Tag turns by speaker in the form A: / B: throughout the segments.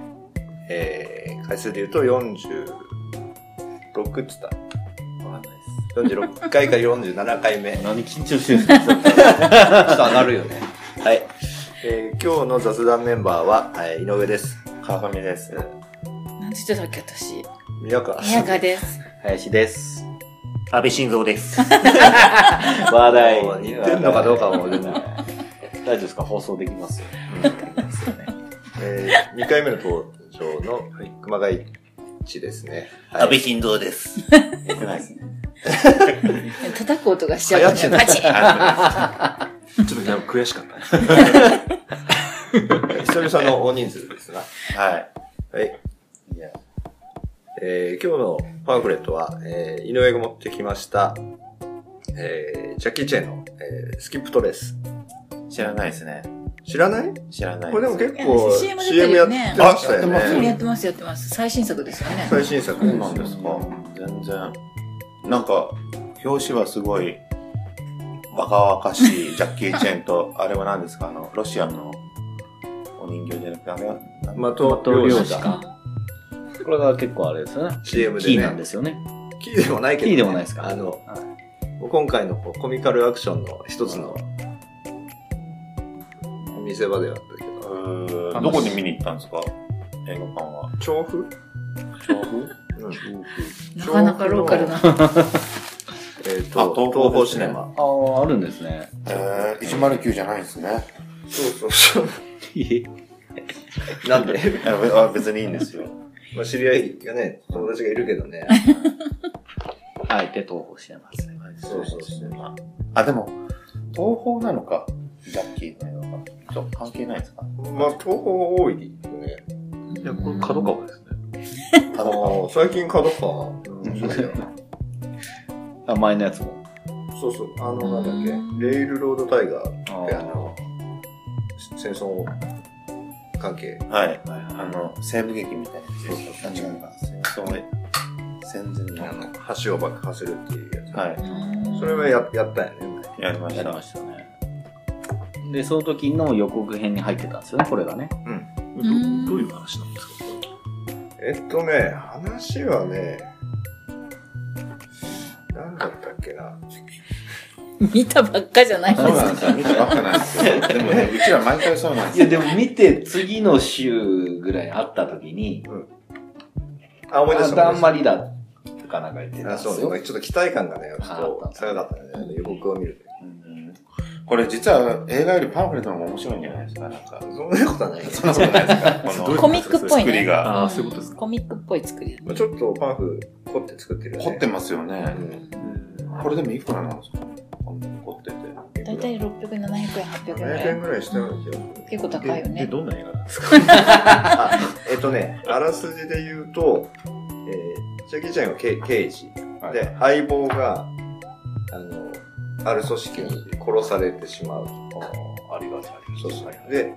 A: えー、回数で言うと46っつった。
B: 目。わかんない
A: 46回から47回目。
B: です。
A: ち ょ
B: 何緊張してるんですか
A: っと上がるよね。はい。えー、今日の雑談メンバーは、えー、井上です。
B: 川上です。
C: なんて言ってたっけ、私。
A: 宮川。
C: 宮川です。
D: 林です。安倍晋三です。話題。
A: もう似てんのかどうかも全然
D: 大丈夫ですか放送できますよ。
A: えー、2回目の登場の熊谷一ですね。はい
D: 安倍晋三です。
B: よくないですね。
C: 叩く音がしちゃうから、
A: 流行
C: パチ ン
A: ちょっとなんか悔しかった。久々の大人数ですな。
B: は
A: はい。
B: い。いや、
A: えー今日のパンフレットは、えー井上が持ってきました、えージャッキー・チェンの、えースキップトレース。
B: 知らないですね。
A: 知らない
B: 知らない
A: これでも結構
C: いや
A: CM,
C: CM 出てる
A: や
C: よ
A: っ
C: ね
A: てましたよ
B: あやって
C: や
A: ね。
C: ってます、やってます。最新作ですよね。
A: 最新作
B: そ
A: で
B: うなん
A: す。
B: ですか。全然。なんか、表紙はすごい、若々しいジャッキー・チェン と、あれは何ですかあの、ロシアのお人形じゃなくて、あれは、なん
A: まと漁師だ。
D: 確かこれが結構あれですよね。
A: CM でね
D: キーなんですよね。
A: キーでもないけど、ね。
D: キーでもないですか
A: あの、
D: はい
A: 今回のこうコミカルアクションの一つの見せ場ではあったけど、
B: どこで見に行ったんですか映画館は。
A: 調布
B: 調布
A: うん。
C: なかなかローカルな。
A: えっ、
B: あ東
A: と、
B: 宝
A: 東宝
B: です
A: シ
B: ね
A: ネマ。
D: ああ、あるんですね。
B: えー、109じゃないんですね。
A: そうそうそう。なんで
B: あ別にいいんですよ。
A: まあ、知り合いがね、友達がいるけどね。
D: あえて東宝してますね。
A: そうそうそう。
B: あ、でも、東宝なのか、ジャッキーの映画か。そう、関係ないですか
A: まあ、東宝多いよね。
C: い
E: いや、これ角川ですね。
A: あの、最近角川。
D: あ、前のやつも。
A: そうそう、あの、なんだっけ、レイルロードタイガー
D: あ
A: ってあの、戦争関係。
B: はい。あの、西部劇みたいな。そうそう。違うか。戦争戦前
A: あ
B: の。
A: の、橋を爆破するっていうやつ。
B: はい。
A: それはややったよね。
B: やりまし
D: やり
B: た
D: ま。したね。で、その時の予告編に入ってたんですよね、これがね。
E: ど
C: ん
E: どういう話なんですか
A: えっとね、話はね、なんだったっけな。
C: 見たばっかじゃないで
B: そうなんですよ。見たばっかなんですよ。でもね、うちら毎回そうなんですよ。
D: でも見て、次の週ぐらい会った時に、
A: あ、思い出した。
D: だんま
A: り。
D: りだとかなんか言ってたん
A: あ、
D: です
A: そう
D: よ。
A: ね。ちょっと期待感がね、ちょっと
D: あ
A: 高かったね。あの予告を見る
B: うんこれ実は映画よりパンフレットの方が面白いんじゃないですかなんか
A: と。。そんなことはない。
B: そんなことないですかこの
E: どういう
C: コミックっぽい
B: 作り
C: ね。
B: が。
E: ああ、そういうことですか。
C: コミックっぽい作りだ
A: まあちょっとパンフ凝って作ってるよね。
B: 凝ってますよね
A: う。ん
E: うん
B: これでもいくらなんですかこんなに凝ってて。
C: だいたい600円、700円、800円ぐら
A: 700円
C: い。
A: ぐらいしたような気がする。
C: 結構高いよ
E: え、
C: ね。
E: どんな映画なんですか
A: あえっとね、あらすじで言うと、えー、ジャッキー・チェンは刑刑事。
B: はい
A: で、相棒が、あの、ある組織に殺されてしまう。
D: ありがたい。
A: そうそう。で、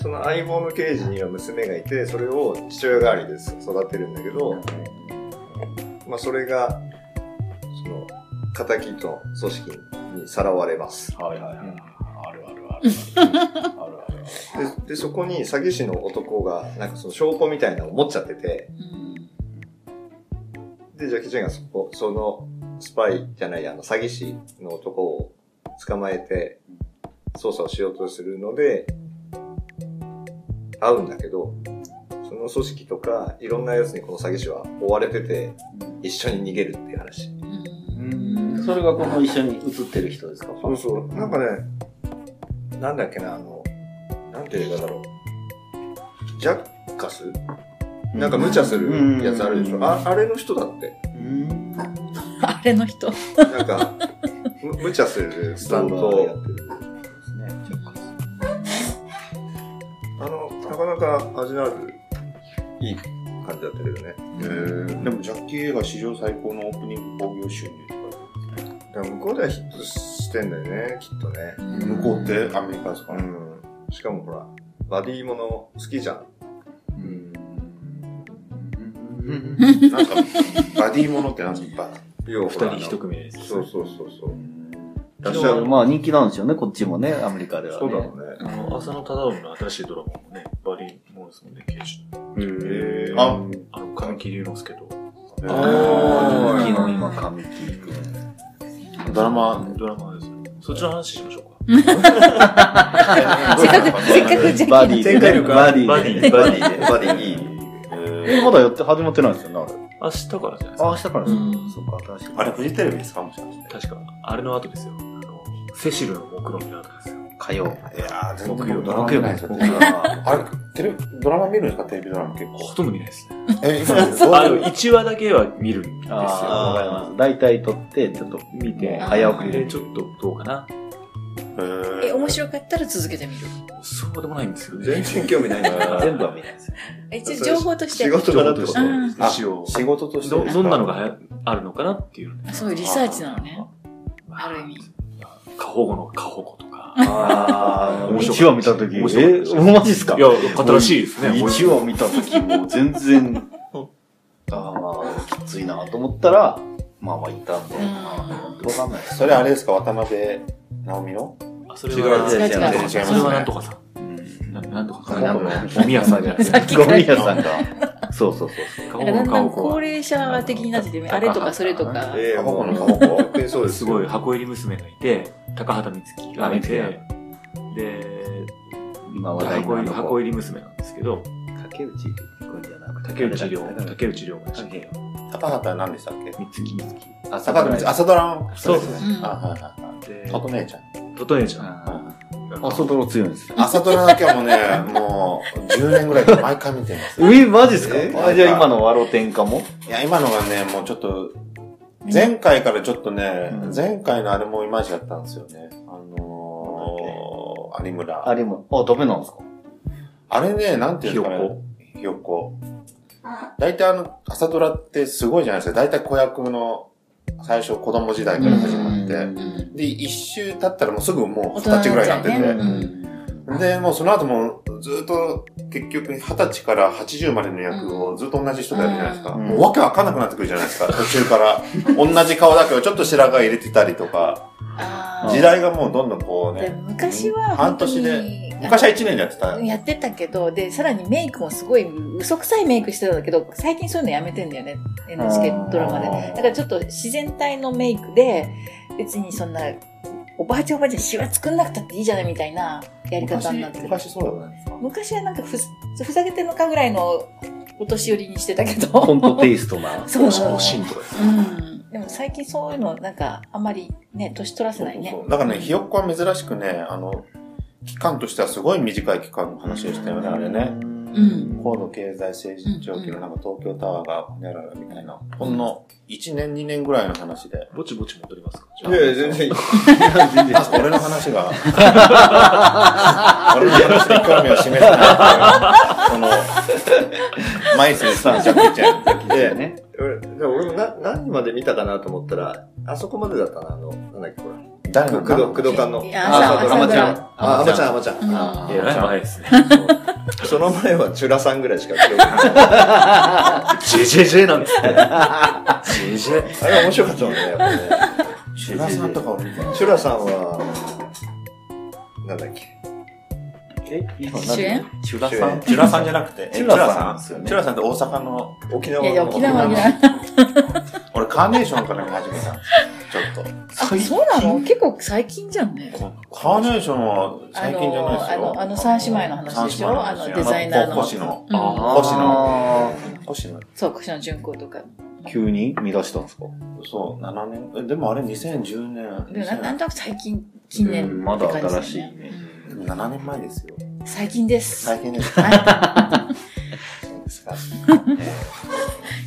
A: その相棒の刑事には娘がいて、それを父親代わりで育てるんだけど、まあ、それが、その、敵と組織にさらわれます。
D: はいはいはい。ある あるあるある。あるある
A: で、でそこに詐欺師の男が、なんかその証拠みたいなのを持っちゃってて、
C: うん
A: で、ジャッキー・チェンがそこ、そのスパイじゃないや、あの、詐欺師の男を捕まえて、捜査をしようとするので、会うんだけど、その組織とか、いろんなやつにこの詐欺師は追われてて、一緒に逃げるっていう話。
C: うん
D: うん。それがこの一緒に写ってる人ですか
A: そうそう。なんかね、なんだっけな、あの、なんていう映画だろう。ジャッカスなんか無茶するやつあるでし
D: う
A: ょ。
D: ん
A: ああれの人だって。
D: うん。
C: あれの人。
A: なん か、む無茶するスタン
D: そうだや
A: ド。あの、なかなか味のある、いい感じだったけどね。
B: でもジャッキー映画史上最高のオープニング興行収入とか
A: でも向こうではヒットしてんだよね、きっとね。
B: 向こうってアメリカですか、
A: う
B: ね
A: ん。しかもほら、バディもの好きじゃん。
B: なんかバディものってなんですかバ
A: 要は
E: 二
A: ほら
E: 人一組です。
A: そうそうそうそう。
D: だからまあ人気なんですよね、こっちもね、アメリカではね。
A: そうだろうね。
E: あの、浅野忠信の新しいドラマもね、バリー・モンスもね、刑事。
A: へ
B: ーあ
E: あの、神木隆之介と、
A: あ
D: 昨日今、神木君。
B: ドラマ
E: ドラマですよ。そっちの話しましょうか。
C: せっかく、せっかくジャッキー
D: バディで
A: 展開
D: ね。
A: 力
D: バ
A: あ
D: デ
A: る
D: ィで。
B: バディでバディいいえ
D: えまだやって、始まってないんですよね、あれ。
E: 明日からじゃないです
D: あ、
E: か。
D: 明日からです
E: うん
D: そうか、新しい。
B: あれフジテレビですかもしかして
E: 確か、あれの後ですよ。あの、セシルの目論見の後ですよ。
D: 火曜。
B: いやー、全
D: 木
B: 然
D: 曜
B: ドラマ見ないですよ。僕はあれ、テレビ、ドラマ見るんですかテレビドラマ結構。
E: ほとんど見ないですね。
B: え、今、
E: あの、1話だけは見るんですよ。
D: ああ、わかります。大体撮って、ちょっと
E: 見て、
D: 早送りで
E: で、ちょっとどうかな。
C: え、面白かったら続けてみる。
E: そうでもないんですよね。
A: 全然興味ないんだな
D: 全部は見ないですよ。
C: 一応情報として
A: 仕。事柄ってこと
E: 情報
C: として
B: あ
E: 一応、
B: 仕事として
E: ど、
B: です
E: ど
B: か
E: んなのがはやあるのかなっていうのね。
C: そういうリサーチなのね。ある意味。
E: 過保護の過保護とか。
D: ああ、
E: 面白かった
D: 1話見たとき、え
E: 面白かった
D: マジっすか
E: いや、新しいですね。面白い
D: 1話見たとき、もう全然、ああ、きついなと思ったら、まあまあいったんで、
C: うん
D: 本当わかんないです。
B: それあれですか渡辺直美の
E: あそれは、
C: 違う違う
B: 全然違います
E: それはなんとかさん。ななんとかさん。おみやさんじゃないです
C: さ
E: か。
C: っき
D: ゴ
C: から
D: ミ屋さんが。 そうそうそうそう。
E: 過
C: な
E: 保
C: んか
E: 護
C: だ
E: の
C: んだん
E: 過保護
C: 高
E: は。
C: 齢者が的になってて、あれとかそれとか。
A: ええ
B: 過
A: も
B: 保
A: う
B: 護の過保護。
A: 本当にそうです
E: す
A: よ
E: ごい、箱入り娘がいて、高畑充希がい
D: あ
E: て、で、
D: 今話題のあ
E: 箱入り
D: の
E: 箱入り娘なんですけど、
D: 竹内君じゃなくて、
E: 竹内涼、
D: 誰だっけ
E: 竹内涼がでした
D: 竹内
B: 高畑何でしたっけ
E: 三月
D: あ、
B: 高畑
D: あ、
B: 朝ドラの。
E: そう
B: です
C: うん
B: あ、はいはいは
E: で
B: い。ととめちゃん。
E: トトネちゃん
D: あ、
E: が。
D: 朝ドラ強いんですよ。
B: 朝ドラだけはもうね、もう10年ぐらいから毎回見てます。
D: え、マジっす
A: え
D: かあ、じゃあ今のワロ天下も
B: いや、今のがね、もうちょっと、前回からちょっとね、
D: うん
B: 前回のあれもいまいちだったんですよね。あのー、有村。
D: あれも、あ、ダメなんですか
B: あれね、なんていうんですかね。ひよっこ。大体あの、朝ドラってすごいじゃないですか。大体子役の最初子供時代から始まっ
D: う
B: て。
C: うん
B: で、一周経ったらもうすぐもう
C: 大
B: 二
C: 人
B: 十
C: にな
B: 歳
C: っ
B: ぐらいになっ
C: ちゃうね
B: て
D: ん。
B: て。で、もうその後もずっと結局二十歳から80までの役をずっと同じ人がやるじゃないですか。
D: うん
B: もうわけわかんなくなってくるじゃないですか。途中から。同じ顔だけどちょっと白髪入れてたりとか。
C: あー
B: 時代がもうどんどんこう
C: で
B: ね。
C: 昔は
B: 半
C: 本当
B: 年
C: に
B: で。昔は1年でやってた。
C: やってたけど、で、さらにメイクもすごい嘘くさいメイクしてたんだけど、最近そういうのやめてんだよね。NHK ドラマで。だからちょっと自然体のメイクで、別にそんな、おばあちゃんおばあちゃんシワ作んなくたっていいじゃないみたいなやり方になって
B: 昔、昔
C: る。
B: そうだったんですか
C: 昔はなんかふざふざけてんのかぐらいのお年寄りにしてたけど。
D: コントテイストな。
C: そう
E: シ
C: そう
E: ーシーンとかですね。
C: うん。でも最近そういうのなんかあんまりね、年取らせないね。
B: そうそうそうだからね、ひよっこは珍しくね、あの、期間としてはすごい短い期間の話をしたよね、あれね。
C: ん
B: 高度経済成長期のなんか東京タワーがほにゃららみたいな、ほんの1年2年ぐらいの話で。
E: ぼちぼち戻りますか。
A: いやいや、全然いい。
B: あ俺の話 が、俺の話で興味を示せないっていう、その、マイスにさん、ジャッキーちゃんって
D: そうですよね。
A: 俺でも俺もな何まで見たかなと思ったら、あそこまでだったな、あの、なんだっけ、これ。
B: 誰
A: 工
B: の
A: 藤、工藤館の。
C: いや朝
A: 朝ドラ
C: 朝ドラ
A: あ、あまちゃん、あまちゃ
C: うん
A: ん。
E: いや、ライブ早いですね。
A: その前はチュラさんぐらいしか記憶ない。
E: JJJ なんですね。JJ。
A: あれ面白かったもんね、やっぱね。
B: シュラさんとかを見て
A: チュラさんは、なんだっけ。
D: え、今
C: 主演
D: チュ
A: ラさん
B: チュラさんじゃなくて、え
D: チュラさん
B: チュラチュラさんって大阪の
A: 沖縄の。
C: いやいや、沖縄沖縄。
B: 俺カーネーションから始めたんですよちょっと。
C: あ、そうなの結構最近じゃんね。
B: カーネーションは最近じゃないですよ。
C: あのあのあの三姉妹の話でしょ
B: 三姉妹話
C: あのデザイナーの
B: あ星野。
C: うん
E: あ
B: 星野。星野。
C: そう、腰の順行とか。
D: 急に見出したんですか
B: そう、7年。えでもあれ2010年。
C: でもななん
B: 2000
C: となく最近、近年、
D: うんまだ
C: って感
D: 新
C: じ
D: しい
C: だよね
D: ね。
B: 7年前ですよ。
C: 最近です。
B: 最近ですか
C: は
B: そうですか。
C: い。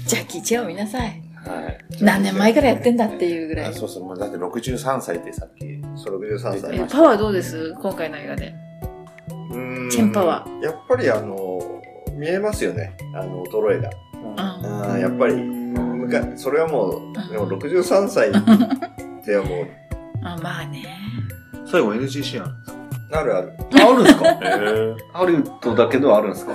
C: ジャッキー・チェンを見なさい。
B: はい。
C: 何年前からやってんだっていうぐら
B: あ
C: い。
B: そうそう、もうだって63歳ってさっき。
A: そう、63
B: そう
A: 歳
C: え。パワーどうです今回の映画で。
A: うん
C: チェンパワ
A: やっぱりあの、見えますよね。あの、衰えが。
C: うん。
A: あーやっぱり、
D: うん
A: むかそれはもう、でも63歳ってもう、
C: あまあね。
E: 最後 NG シーンある
A: あるある。
D: あるんですか
B: えー、
D: ハリウッドだけどあるんですか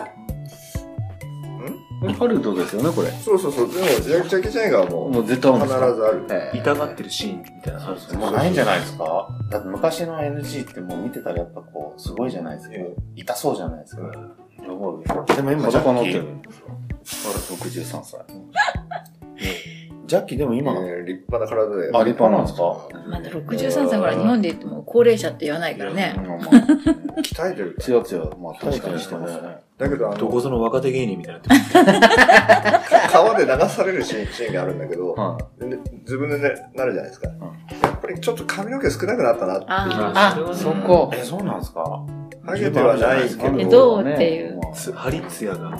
D: ハリウッドですよね、これ。
A: そうそうそう。でも、ジャッキー・チェンがもう、
D: もう絶対あるん
A: 必
D: です
A: ず
D: か
A: ある。
D: ええ
E: 痛がってるシーンみたいなのあ
B: そう
E: る
B: そうもうないんじゃないですかだって昔の NG ってもう見てたらやっぱこう、すごいじゃないですか。痛そうじゃないですか。でも今ジャ
D: 裸
B: ッ
D: の
B: キ
D: 手。
B: ー
D: あれ、、63歳。
B: ジャッキーでも今、
A: えー立派な体で。
B: あ立派なんですか
C: まだ63歳から日本で言っても高齢者って言わないからね。
D: まあま あ
A: 鍛えてるか
D: つやつや、まあ確かにしてますね。
A: ら。だけど、あ
E: どこ
A: の、
E: ぞの若手芸人みたいになって
A: 川で流されるシーンシーンがあるんだけど、
D: は
A: で自分で、ね、なるじゃないですか、やっぱりちょっと髪の毛少なくなったなっていう
C: あ
E: る
D: あ、そこ。
B: え、そうなんですか
A: ハゲてはないけど
C: えどうっていう
E: つハリツヤが
A: ま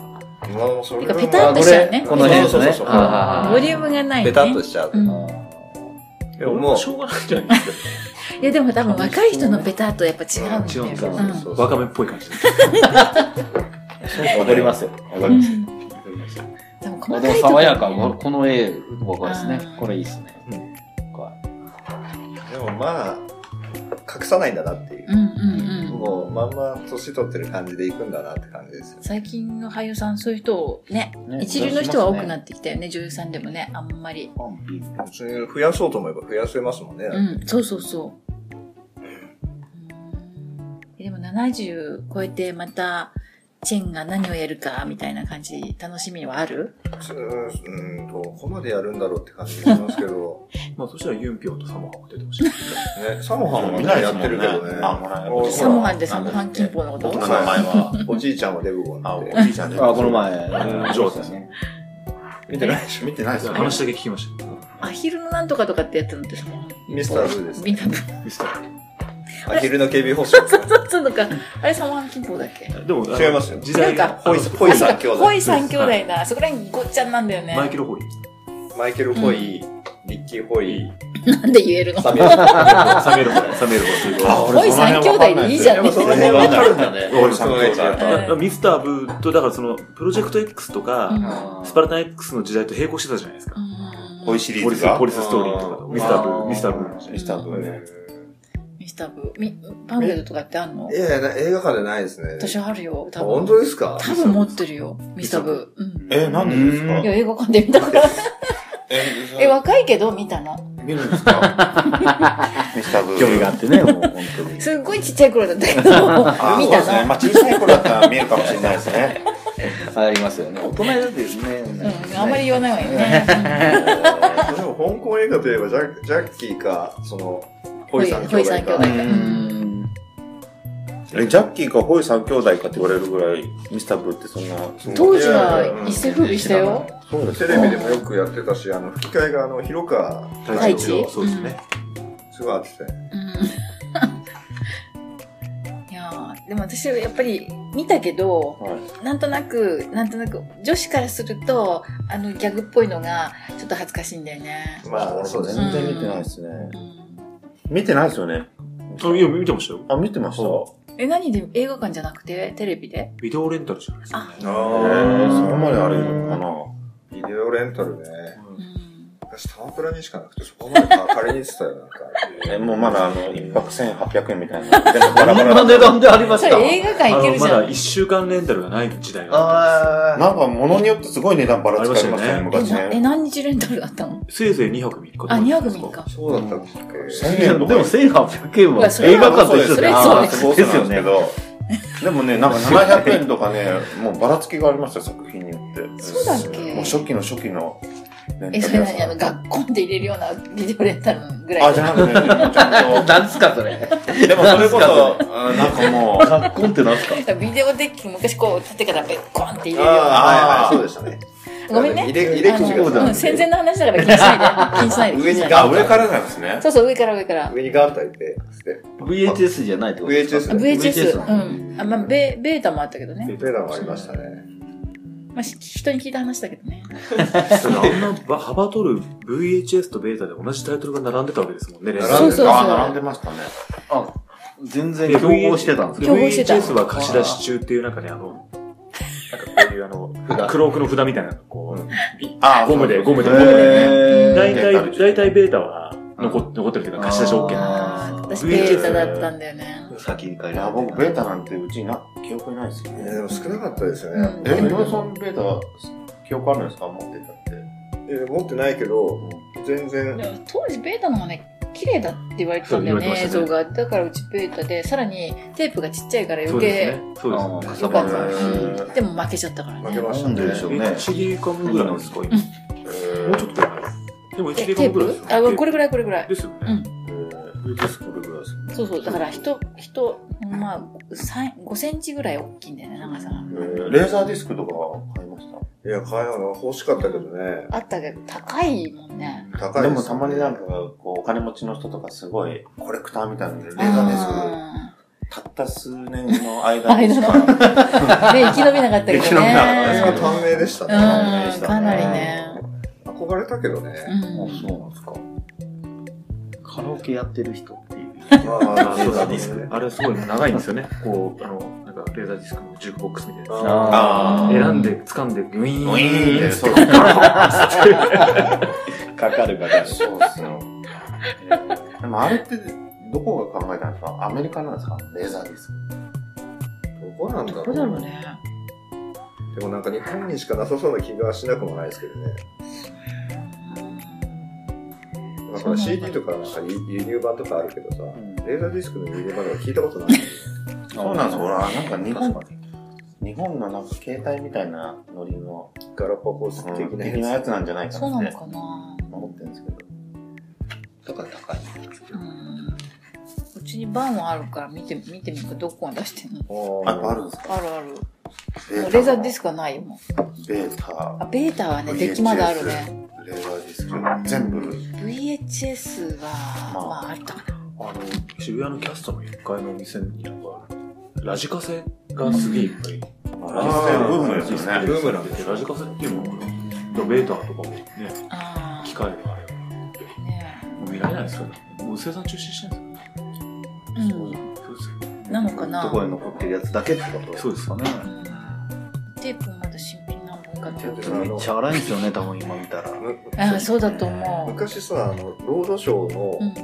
A: あそれ
C: てか
A: は
C: ペタッとしちゃうね
D: あこれこの辺です
A: そう
D: ね
A: そうそう。そう
D: あ
C: ボリュームがないね。
A: ペタッとしちゃう、
C: うん
A: で
E: 俺
A: もも
E: も
A: う
E: しょうがないじゃないですか
C: いやでも多分若い人のペタッとやっぱ違うんだ
E: 違
C: よ。
E: うんだ
C: うん
A: そうそう
E: わかめっぽい感じ
D: わかりますよ。わかります。
C: でも細
D: まあ
C: か
D: で
C: いと
D: も
C: こ
D: 爽やか、
C: ね
D: この絵、僕ですね。これいいですね。
A: でもまあ隠さないんだなっていう
C: う、んうんうん。
A: もうまんま年取ってる感じでいくんだなって感じですよ
C: 最近の俳優さんそういう人をね、
D: ね
C: 一流の人は多くなってきたよね、女優さんでもね、あんまり。
A: それ増やそうと思えば増やせますもんね、
C: うん、そうそうそう。うんでも70超えてまた、チェンが何をやるか、みたいな感じ、楽しみはある
A: つうんどこまでやるんだろうって感じがしますけど
E: まあそしたらユンピョンとサモハンも出てほしい
A: ねサモハンもみんなやってるけどね
B: あ、もらえ
A: お
C: サモハンでサ
B: なん
C: モ
B: だっけ
C: ハン金峰のこと
B: 僕の名前は、
A: おじいちゃんはデブゴン
B: あ、
A: で
B: おじいちゃんで。
D: あ、この前、
E: 上手
D: 手で
E: で
D: すすね。
B: 見てないでしょ見てないですよ。
E: 話だけ聞きました
C: アヒルのなんとかとかってやったのってさ、
A: ミスター・ブーです
C: みんな、
E: ミスター
A: アヒルの警備保障
C: そうそうのか、 あれサモハン金峰だっけ
E: でも
A: 違いますよ
E: 時代
C: なん
E: が
A: ホイホイ
C: あそう
A: 三
C: か
A: 兄弟
C: ホイ三兄弟だ。あそこら辺ごっちゃになんだよね。
E: マイケル・ホイ
A: マイケル・ホイ、リッキー・ホイ、
C: なんで言えるの
A: サミュエル
E: サメル・ホイサメル・ホイ
B: あ
C: ホイ三兄弟でいいじゃんね。
A: その
B: その
A: 辺
B: 辺わ
A: わ
B: か
A: か
B: る
A: る
B: ん
A: ん
B: だ
A: だ
B: ね
A: ね。
B: おじさんとおじさん
A: う
E: あミスターブーと、だからその、プロジェクト X と
C: うん
E: か、スパルタン X の時代と並行してたじゃないですか。
C: うん
B: 恋シリ
E: ポ
B: ー
E: リ
B: ズ
E: ス、
B: が
E: ポリスストーリーとかと、ミスターブー、ミスターブーの時代
B: ミスターブーね。
C: ミスターブーみパンフレットとかってあんの
A: いやいや、映画館でないですね。
C: 私あるよ、多
A: 本
C: 分。
A: 当ですか
C: 多分持ってるよ、ミスターブー。うん。
B: え、なんでですか
C: いや、映画館で見たから。え、
B: え、
C: 若いけど見たな。
B: 見るんですかミスターブー。
D: 興味があってね、もう本当に。
C: すっごいちっちゃい頃だったけど、
B: あ
C: 見
B: そうで
C: た
B: すね。
C: な。
B: まあ小さい頃だったら見えるかもしれないですね。
D: ありますよね。大人だってね。
C: うん、あんまり言わないわよね。
A: でも香港映画といえばジャジャッキーか、その、 ホイさん兄
C: ホイ
A: 弟
C: 三兄
A: か
C: 弟。
B: え、ジャッキーかホイ三兄弟かって言われるぐらい、ミスターブーってそんな、そんな
C: 当時は一世風靡したよ。
B: そうです
A: テレビでもよくやってたし、あの、吹き替えがあの、広川
C: 太
A: 大
C: 一
A: 地
E: そう
A: の
E: そうですね。
A: すごいあってて。
C: うん いやーでも私やっぱり見たけど、
B: は
C: なんとなくなんとなく女子からするとあのギャグっぽいのがちょっと恥ずかしいんだよね、
A: まあ、そうですね。
B: 全然見てないですね。
C: うん
B: 見てないですよね。
E: あいや、見てましたよ。
B: あ、見てました
E: は
C: え何で映画館じゃなくてテレビで
E: ビデオレンタルじゃないですかね。
A: あ
B: え
A: ー
B: ー、そこまであれるのかな
A: ビデオレンタルね。
C: うん
A: 私、タワプラにしかな くて、そこまで借りに行ってたよ、なんか。
B: え、もうまだあの、一泊1800円みたい な。でもバラバラ
D: な値段でありま
C: そ
D: し
C: れ
D: た
C: 映画館行けるじ
E: ま
C: ゃ
E: だ
C: ん
E: 一週間レンタルがない時代があっ
D: あ
B: なんか物によってすごい値段ばらつかりましたね、
E: あり
C: え
B: 昔
C: なえ
B: ね。
C: 何日レンタルだったの
E: たんですよ。せいぜい2泊3日と
C: あ
E: じ
C: 2
E: ゃな
C: 泊
E: いです
C: 3日
A: そうだったっけ
D: いやでも1800円
C: う
D: は
C: わそれ
D: 映画館と一緒
C: それ
D: です
C: は
B: あーそうですよね。でもね、なんか700円とかね、もうばらつきがありました、作品によって。
C: そうだっけ
B: もう初期の初期のレンタ
C: え
B: ル
C: それ
B: 屋さん
C: 何あの学校で入れるようなビデオレンタルぐらい
B: あ、じゃなくて、ちゃんと。
D: 何すかそれ。
B: でもそれこそ、うん なんかもう、
D: 学校って何すか
C: ビデオデッキ昔こう縦からベッコンって入れるような
A: ああ、はいはい、
B: あー
A: そうでしたね。
C: ごめんね。
A: 入れ入れ口
C: あのう
A: が
C: ん
A: さ
C: 戦前の話だから気にしないで。 気にしないで。
A: 上に
C: 気しない
A: ガ
B: あ、上からなんですね
C: で。そうそう、上から上から。
A: 上にガンと入って、で
E: VHS じゃないってことですか
A: VHS
E: あ
C: VHS。
E: な
C: うん
E: だ
C: ん。あ、まあ、ベベータもあったけどね。
A: ペラもありましたね。
C: まあ、し人に聞いた話だけどね。
E: それあんなば幅取る VHS とベータで同じタイトルが並んでたわけですもんね、連
A: 並ん
E: 載
A: で
C: そうそう
B: あ、並んでましたね。
D: あ、全然競合してたんです
C: う
D: け
C: 競
D: ど。
C: 合してた
E: VHS は貸し出し中っていう中で、あの、なんかこういうあの、クロークの札みたいなのがこ
B: あ
E: う、ゴムで、ゴムで、ゴムでね。
D: へ
E: 大
B: データ
E: 体、
B: で
E: 大体ベータは残っ残ってるというか貸し出し OK なの。
C: ああ、私
E: VHS
C: ベータだったんだよね。
D: ー先に帰
B: いや、僕、ベータなんてうちにな、記憶にないですよ
A: ねで
B: ね
A: も。少なかったですよ
C: うん
A: ね。
B: え、井上さん、ベータ、記憶あるんですか持ってたって。
A: え持ってないけど、全然
C: で、も当時ベータの方がね、綺麗だって言われてたんだよね、映
E: そう
C: 像が。
E: 言
C: だからうちベータで、さらにテープがちっちゃいから
E: そう
C: 余
E: です
C: 計
E: ね。そうですね。
D: か
C: 良かっ
B: へ
C: た。
B: ー
C: うんでも負けちゃったから
A: 負け
C: ね。
A: まし
D: な
A: た
D: ん
A: ね
D: でで。しょうね。
E: 1ギガムぐらいなんですか、今。
A: え
E: もうちょっとぐらいです。でも1
C: え、
E: ギガ
C: テー
E: ムぐらいです
C: プあ、
E: よね。
C: これぐらいこれぐらい。
E: ですよ
C: うん
E: ね。
B: VHS これぐらいですよね。
C: そうそう、だから人、人、まあ、さん5センチぐらい大きいんだよね、長さが。
B: えーレーザーディスクとかは買いました
A: いや、買えないの欲しかったけどね。
C: あったけど、高いもんね。
A: 高い
B: ですもたまになんか、こう、お金持ちの人とかすごい、コレクターみたいなので、レーザーディス
C: あ
B: ク、たった数年の間にしか、
C: 間ーね、生き延びなかったけどね。
B: 生き延びなかった
A: あ
B: で
A: れ
B: す
A: が
B: けど
A: 短命でした
C: うん
A: ね。
B: うん
C: かなりね。
A: 憧れたけどね。
C: う。
D: もうんそうなんですか。
E: カラオケやってる人っていう。
A: ま
E: あ
A: あ
E: レーザーディスク。あれすごい長いんですよね。こう、あの、なんかレーザーディスクのジュークボックスみたいなや
B: あ
E: つ。
B: ー
E: 選んで、掴んで、グイーン。
B: ウィーンって、そう
D: かかるかかる。
B: そうっすよ。でもあれって、どこが考えたんですかアメリカなんですかレーザーディスク。
A: どこなんだ
C: どうだろ
A: ろう。
C: うね。
A: でもなんか日本にしかなさそうな気がしなくもないですけどね。だから CD とかなんか輸輸入版とかあるけどさ、レーザーディスクの輸入版とか聞いたことない。
B: そうなんですよ。ほら、なんか日
D: 確か
B: 本、日本のなんか携帯みたいなノリの、
A: ガラパゴス
B: うん
A: 的な
B: 的なや
A: やつ。
B: つなんじゃないか
C: そう
B: な
C: な
B: っ
C: の
B: て
C: かな
B: 思ってるんですけど。
D: だから高い。
C: うん。うちにバンはあるから見て、見てみるか、どこが出してんの
A: あ
B: やっぱあるんですか
C: あるある。
B: レ
C: レーザーディスクはないよ、もう。
B: ク。ベータ、
C: あ、ベータはね、デッキまだあるね。
B: レーザーディスク、全部。
C: VHS は、
B: まあ
C: まあ、あったかな。
E: あの、渋谷のキャストの1階のお店になんか、ラジカセがすげえいっぱい。
B: ラジカセブームですよね
E: ブームなんですよラジカセっていうのも、ベータとかもね、
C: あ
E: 機
C: あ。
E: 械があれば、
C: ね
E: もう見られないですから、もう生産中止してるんで
C: うん。
E: すよ。そうですよ。
C: なのかな
D: どこに残ってるやつだけってこと
E: そうです
D: かね。
C: うんテープまだ新品何本かな。
D: めっちゃ荒いんですよね、多分今見たら。
C: ああ、そうだと思
A: 昔さ、あの、ロードショーの
C: う。うん。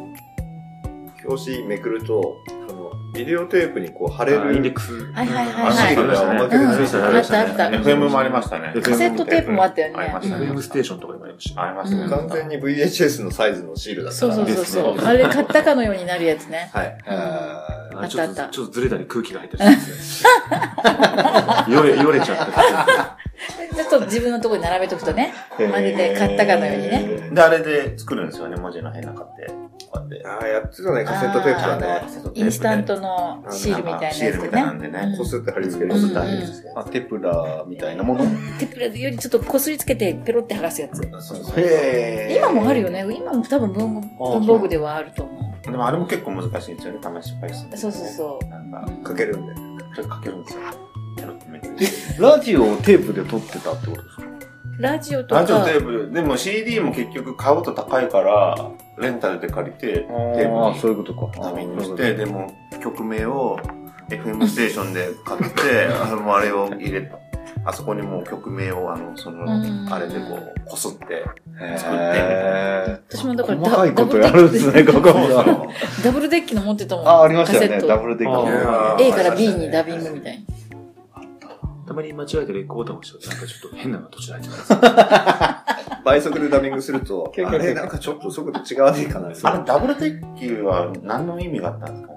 A: 表紙めくると、その、ビデオテープにこう貼れ
E: インデ
A: る
E: ックス。
C: はいはいはい
B: あ
C: は
B: シ
C: い
B: ー。ルがおまけで
C: ついてるやつねあったあった
B: FM もありましたね。
C: カセットテープもあったよね
B: ありましたね。
E: FM ステーションとかにもありました。
B: ありましたね。
A: 完全に VHS のサイズのシールだった
C: そう
A: から。
C: そうそうそう。
D: ですね
C: あれ買ったかのようになるやつね。
A: はい。あ
E: あちょっ
C: あったあった
E: とちょっとずれたり空気が入ったりしてますね。よれ、よれちゃって。
C: ちょっと自分のところに並べとくとね。まるで買ったかのようにね。
B: で、あれで作るんですよね、文字の変なかって。こうやって
A: ー。あー、やってたね、カセットテープ
C: あ
A: だ
C: ー
A: ね。
C: インスタントのシールみたいなや
B: シー
C: つ
B: ルみたい
C: ね
B: な。んでね。
A: こすって貼り付け
D: こ
A: るやつ。
D: すって
B: あれですけ
D: あ、
B: ど
D: テプラみたいなもの
C: テープラよりちょっとこすりつけてペロって剥がすやつ。
B: そうそう
D: へー
C: 今もあるよね。今も多分文
D: あ
C: 文房具ではあると思
B: でもあれも結構難しいんですよね、試し失敗するん
C: う。
B: で
C: そうそうそう。
B: なんか、
C: うん
A: かけるんで。
B: それかけるんですよ。ペロッとめくる
D: ラジオをテープで撮ってたってことですか
C: ラジオとか
B: ラジオテープ、でも CD も結局買うと高いから、レンタルで借りて、テー
D: あ
B: プ
D: そういうことか。
B: ダミングして、でも曲名を FM ステーションで買って、あのあれを入れあそこにもう曲名をあの、その
C: うん、
B: あれでこう、こすって。
D: 作って。
C: 私もだから
D: 細かい
C: ダ
D: ことやるんですね、ここ
B: そう
D: も。
C: ダブルデッキの持ってたもん。
D: あ、ありましたよ
C: カセッ
D: ね。
C: ト
D: ダブルデッ
E: あ
D: キ
E: ー
D: ね。
C: A から B にダビングみたいな。
E: たまに間違えてレコーダーをしてなんかちょっと変なのが途中で入ってます。
A: 倍速でダミングすると、
D: 結
A: あ
D: 局
A: れなんかちょっと速度違わねえかな。
B: あれ、ダブルテッキは何の意味があったんですかね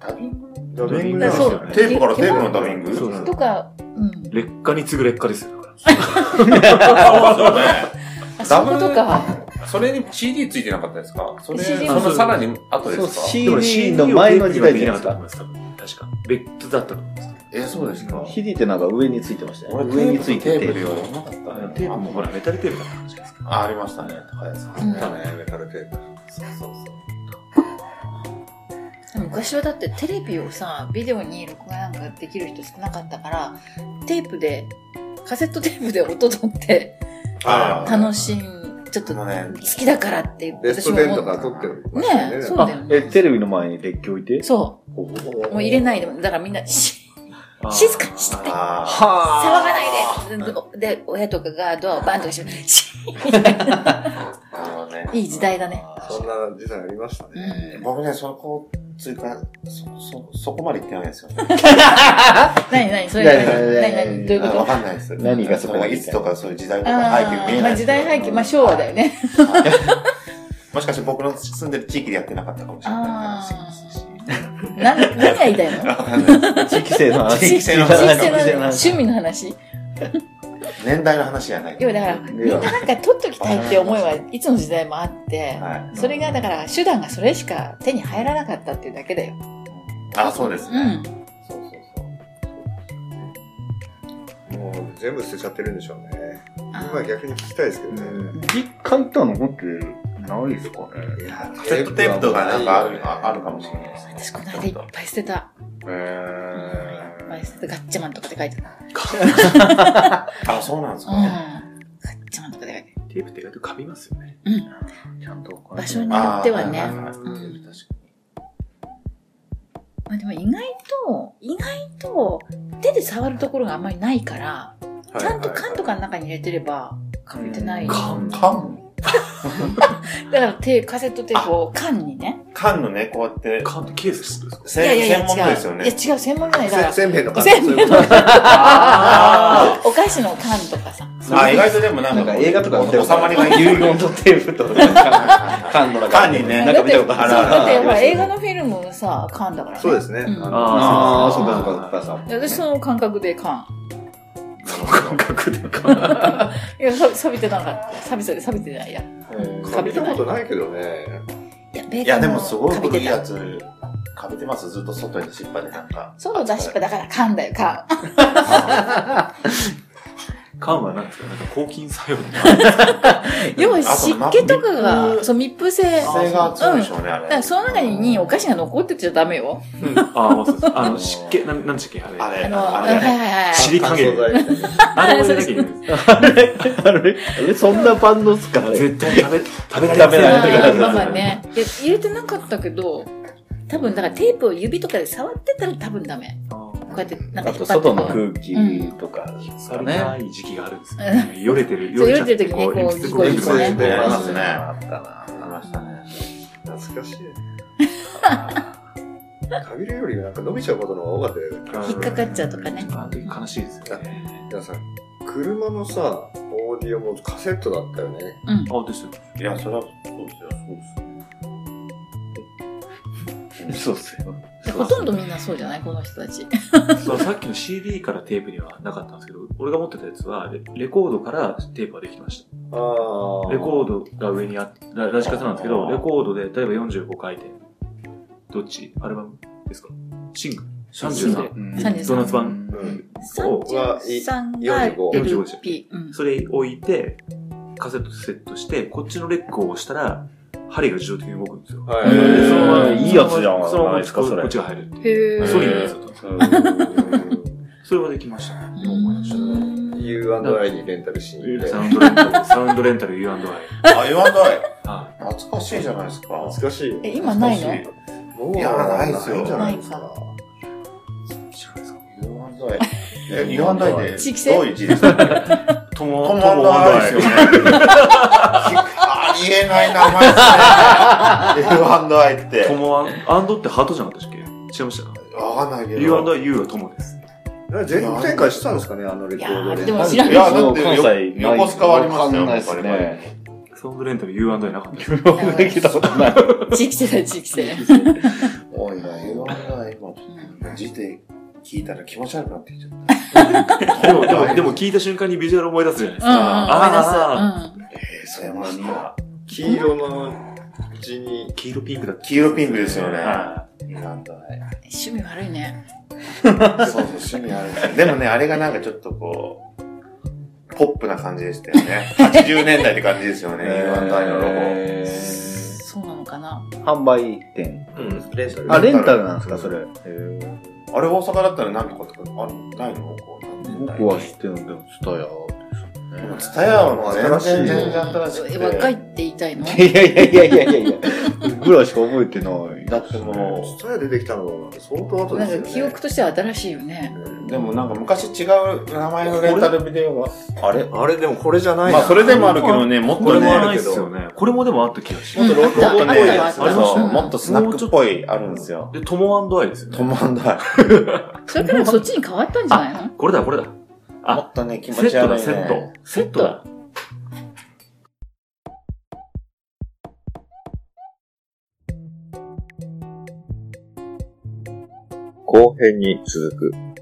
B: ダビング
A: ダミング
C: だ
A: なんです
C: からそ
A: よ
C: う
A: ね。
B: テープからテープのダビング
E: そう
B: そう
E: そう
C: とか、うん。
E: 劣化に次ぐ劣化ですよ。だか
B: ね。
C: あ、そういうことか。
B: それに CD ついてなかったですかそれ、
C: CD
B: そのさらに後
D: そ
B: で
D: う、
B: すか
D: CD の前の時代じゃないです
E: か
D: か。
E: ったと思います。多分確か。別途だったと思います。
B: え、そうですか
D: CD ってなんか上についてましたよね。上について
B: テー
D: て
B: プ。ではなかったね。
E: テープもほら、メタルテープだったじゃないですか。
B: あ、ありましたね、高安さん。
C: うん
A: だね、メタルテープ。
B: そうそうそう。
C: 昔はだってテレビをさビデオに録画なんかできる人少なかったからテープでカセットテープで音取って
B: あ
C: 楽しんちょっ
B: で
C: と
B: も
C: 好
B: ね
C: きだからって
A: ベスト
C: 思
A: 10とか
C: った
A: 撮ってる。
C: ねえそうだよ
D: あ、え、テレビの前にデッキ置いて
C: そ
D: お
C: うもう入れないでもだからみんなし静かにして騒
B: あ
C: がないででで親とかがドアをバンと閉めてシ
B: あ、なるほどね
C: ー。いい時代だね
A: そんな時代ありましたね。
B: 僕ね、そこ、追加、そ、そ、そこまで行ってないんで すよね。
C: 何何それ何
D: 何
C: 何
D: 何
C: 何どういうこ
B: あ
C: と
B: わかんないです。
D: 何がそこまで
B: いつとかそういう時代とか背
C: あ
B: 景見
C: ー
B: え
C: ま
B: な
C: あ
B: い。
C: 時代背景まあ昭和だよね
B: もしかして僕の住んでる地域でやってなかったかもしれない
C: あー
B: 話ですし。
C: 何何が言いたい の
B: わかんない
D: 地域性の 話。
B: 地域性の
C: 人
B: 話
C: 生の趣味の話
B: 年代の話じゃない。
C: でもだから、みんななんか取っときたいって思いはいつの時代もあって、
B: はい。
C: それがだから手段がそれしか手に入らなかったっていうだけだよ。
B: あ、そうです
C: う
B: ね。
C: ん。
A: そうそうそう。もう全部捨てちゃってるんでしょうね。今逆に聞きたいですけどね。
D: 実感っての持ってないですかね。
A: いや
B: カセットテープとかなんかあるああるかもしれないですね。
C: 私この間いっぱい捨てた。
B: えー
C: いっぱい捨てた。ガッチャマンとかで書いてた。
B: あ、そうなんです
C: うん。
B: か。
C: ガ
B: あ
C: ッチャマンとかで書いて
E: テープって意外とカビますよね。
D: ちゃんと
C: た。場所によ
B: ー
C: ってはね。
B: いい
C: うん
B: い確か
C: まあでも意外と、意外と手で触るところがあんまりないから、ちゃんと缶とかの中に入れてれば、かぶってない。だ
E: 缶
B: に缶
C: から手、カセットテープを缶にね。
B: 缶のね、こうやって、
E: 缶ってケースですってことですか
C: いやい
B: 専
C: やいや、
B: 専門
C: 違う。
B: ですよね。
C: いや、違う、専門じゃない。だから
A: せ、せんべいの感
C: せんべいの
D: あ
C: お菓子の缶とかさ。
B: あ、意外とでもなん
D: な
B: か
D: んか映画とか
B: こう収まりがいい。
D: 遺言とテープと缶の中
B: 缶にね
D: なんか見たことある
C: だってだってほら
D: ある
C: 映画のフィルムさ、缶だからね。
A: そうですね。
C: うん
A: あの
D: あ
E: あ
D: あ
E: ー
D: そ
E: そうう
D: か
E: か
D: そ
E: そ
D: かそうかそ
E: ううか
D: うか
C: で私その感覚で缶。
E: 感覚で缶。
C: いや、さ錆びてなかった。錆びて、錆びてないや。
A: かびたことないけどね。
C: いや、ベー
B: い
C: カ
B: や、
C: ー
B: でもすごい
C: 錆び
B: 古い
C: てた
B: や。つ、かぶってます。ずっと外に出しっぱでなんか。
C: そうだしっぱだから缶だよ、缶。
E: 缶はなんですかなんか抗菌作用みたい
C: 要は
B: あと
C: 湿
B: ま
C: 気とか
B: 密
C: が、
B: 封
C: そう、密封性。
B: 風が強いでしょうね、あ
C: だ
B: れ。
C: からその中にお菓子が残ってちゃダメよ。
E: な。 ああ、まあそうです。あの、湿気、なんなんでしたっけあ
B: あ
E: れ。
B: れ、
C: あの、
B: あ
C: は
B: れ
C: いはい
B: ね。
C: はい。
E: 尻加減。
A: 乾燥剤みたいな
E: あれも入れなきゃいけないです
D: あれあ れそんなバンドっすかあれ
E: 絶対食べ、食べられ
D: 食べられない
C: あーまあまあね。いや、入れてなかったけど、多分だからテープを指とかで触ってたら多分ダメ。こうやってなんか
D: あ
C: 引っ張
D: と
C: って
D: 外の空気とかです
E: さ
D: か
E: れ
D: ね
E: ない時期があるんですね。よれてる、
C: そう
E: ちゃって
C: よれてる時にこう
E: 鉛筆で
C: こう
E: 鉛筆で
A: 鉛筆で
B: ありますね。
D: あ
B: あ
D: ったな
B: りましたね。
A: 懐かしい。かびるよりなんか伸びちゃうことの方が多かったよね。
C: 引っかかっちゃうとかね。
E: あの時悲しいですよね。
A: 皆さん、車のさ、オーディオもカセットだったよね。
C: うん。
E: あ、ですよね。
B: いや、それは、そうですよ。そう
D: そうっすよ
C: ほとんどみんなそうじゃないこの人たち。
E: そう、さっきの CD からテープにはなかったんですけど、俺が持ってたやつは、レレコードからテープはできてました。
A: ああ。
E: レコードが上にあって、ララジカセなんですけど、レコードで、例えば45回転。どっちアルバムですかシングル
C: シングル
E: ?33。
D: うん
C: 33
E: ドーナツ版
A: うん。
C: 33が
E: 45でしたっ
C: LP。うん。
E: それ置いて、カセットセットして、こっちのレックを押したら、針が自動的に動くんですよ。
A: は
D: へ
A: い。
D: ー
E: そのまま
D: いいやつじゃん
E: そ
D: な
E: のま
D: い
E: ま
D: ですかそれ
E: こっちが入るっていう。
C: へ
E: ソニーの
C: ー
E: やつだったんですよ
A: うん
E: それはできましたね。今思い出した。
A: U&I にレンタルしに行って。
E: サウンドレンタル、サウンドレンタル U&I。
B: ですあ、言わない。
E: はい。
B: 懐かしいじゃないですか。
A: 懐かしいよ。
C: え、今ないの
B: 懐か
A: もう
B: いやないですよ
A: んじゃないですか。
E: 知らないですか
B: しい言わない。え、言わないで。
C: 地域性
B: どういう字 ですか
E: ト
B: ト
E: モ、
B: モ
E: トモ
B: アン
E: ワン
B: ダ
E: ダ
B: ー
E: イ
B: ですよね。 ありえない名前です ね。U&I っ
E: ト
B: て。
E: モワン、アンドってハートじゃなかったっけ違いました
B: わかんないけど。
E: ?U&U はトモです。
A: なんか全国展開してたんですかね、あのレコード
C: いやーでも知
B: い
C: ら
B: や、
C: ない
B: だって
D: 関西ない
B: よ横須賀はありま
D: わ
B: す
D: か
B: よ。
D: んないですね
E: サウンドレンタル U&I なかったです。
D: 聞いたことない
C: 地域性だよ、地域性。
B: おいな、U&I 今、字で聞いたら気持ち悪くなってきちゃっ
E: でも、でも、でも聞いた瞬間にビジュアル思い出すじゃないです
C: うんうん、
E: か。ああ、
C: 思い出
B: た。えー、それも今、
A: 黄色のうちに、
E: 黄色ピンクだった。
B: 黄色ピンクですよね。
E: は
B: U&I。
C: す。うん。趣味悪いね。
B: そうそう、趣味あるんですよでもね、あれがなんかちょっとこう、ポップな感じでしたよね。80年代って感じですよね、
D: えー
B: U1 イのロゴ。
D: え
C: そうなのかな。
D: ー 販売店。
A: うん、レンタル。
D: あ、レンタルなんですか、それ。
B: あれ大阪だったら何とかとか、あるないのこう何年代
D: 僕は知ってるんでも、ツタヤ
B: もう
D: です
B: ツタヤは全
A: 新しい
B: 然、全然新しく
C: え
B: て。
C: 若いって言いたいの
D: ね。いやいやいやいやいやいや。 ぐらいしか覚えて ない。
B: だっても
A: スタヤ出てきたのは相当後で
C: な
A: すよ
C: ん
A: ね。
C: か記憶としては新しいよね。
B: う、でもなんか昔違う名前のレンタルビデオが、あれ
A: あれでもこれじゃないな。
B: まあそれでもあるけどね、もっ
E: ことれ
B: ね
E: も、ないですよね。これもでもあった気がし
C: う
E: ま
C: ん
E: す。
C: あった
B: もっと
C: あった
B: ね
C: あっ
B: そう
E: ありました
B: そううんもっとスナックっぽいあるんですよ。
E: で、トモアイですよ
B: ト
E: ね。
B: マンダ
C: それからそっちに変わったんじゃないの
E: これだ、これだ。
B: も
E: あ、
B: っとね、気
E: セ
B: 持
E: ッ
B: ち悪
E: ト
B: い
E: だ、
B: ね。
E: セット。セットだ。
A: 後編に続く。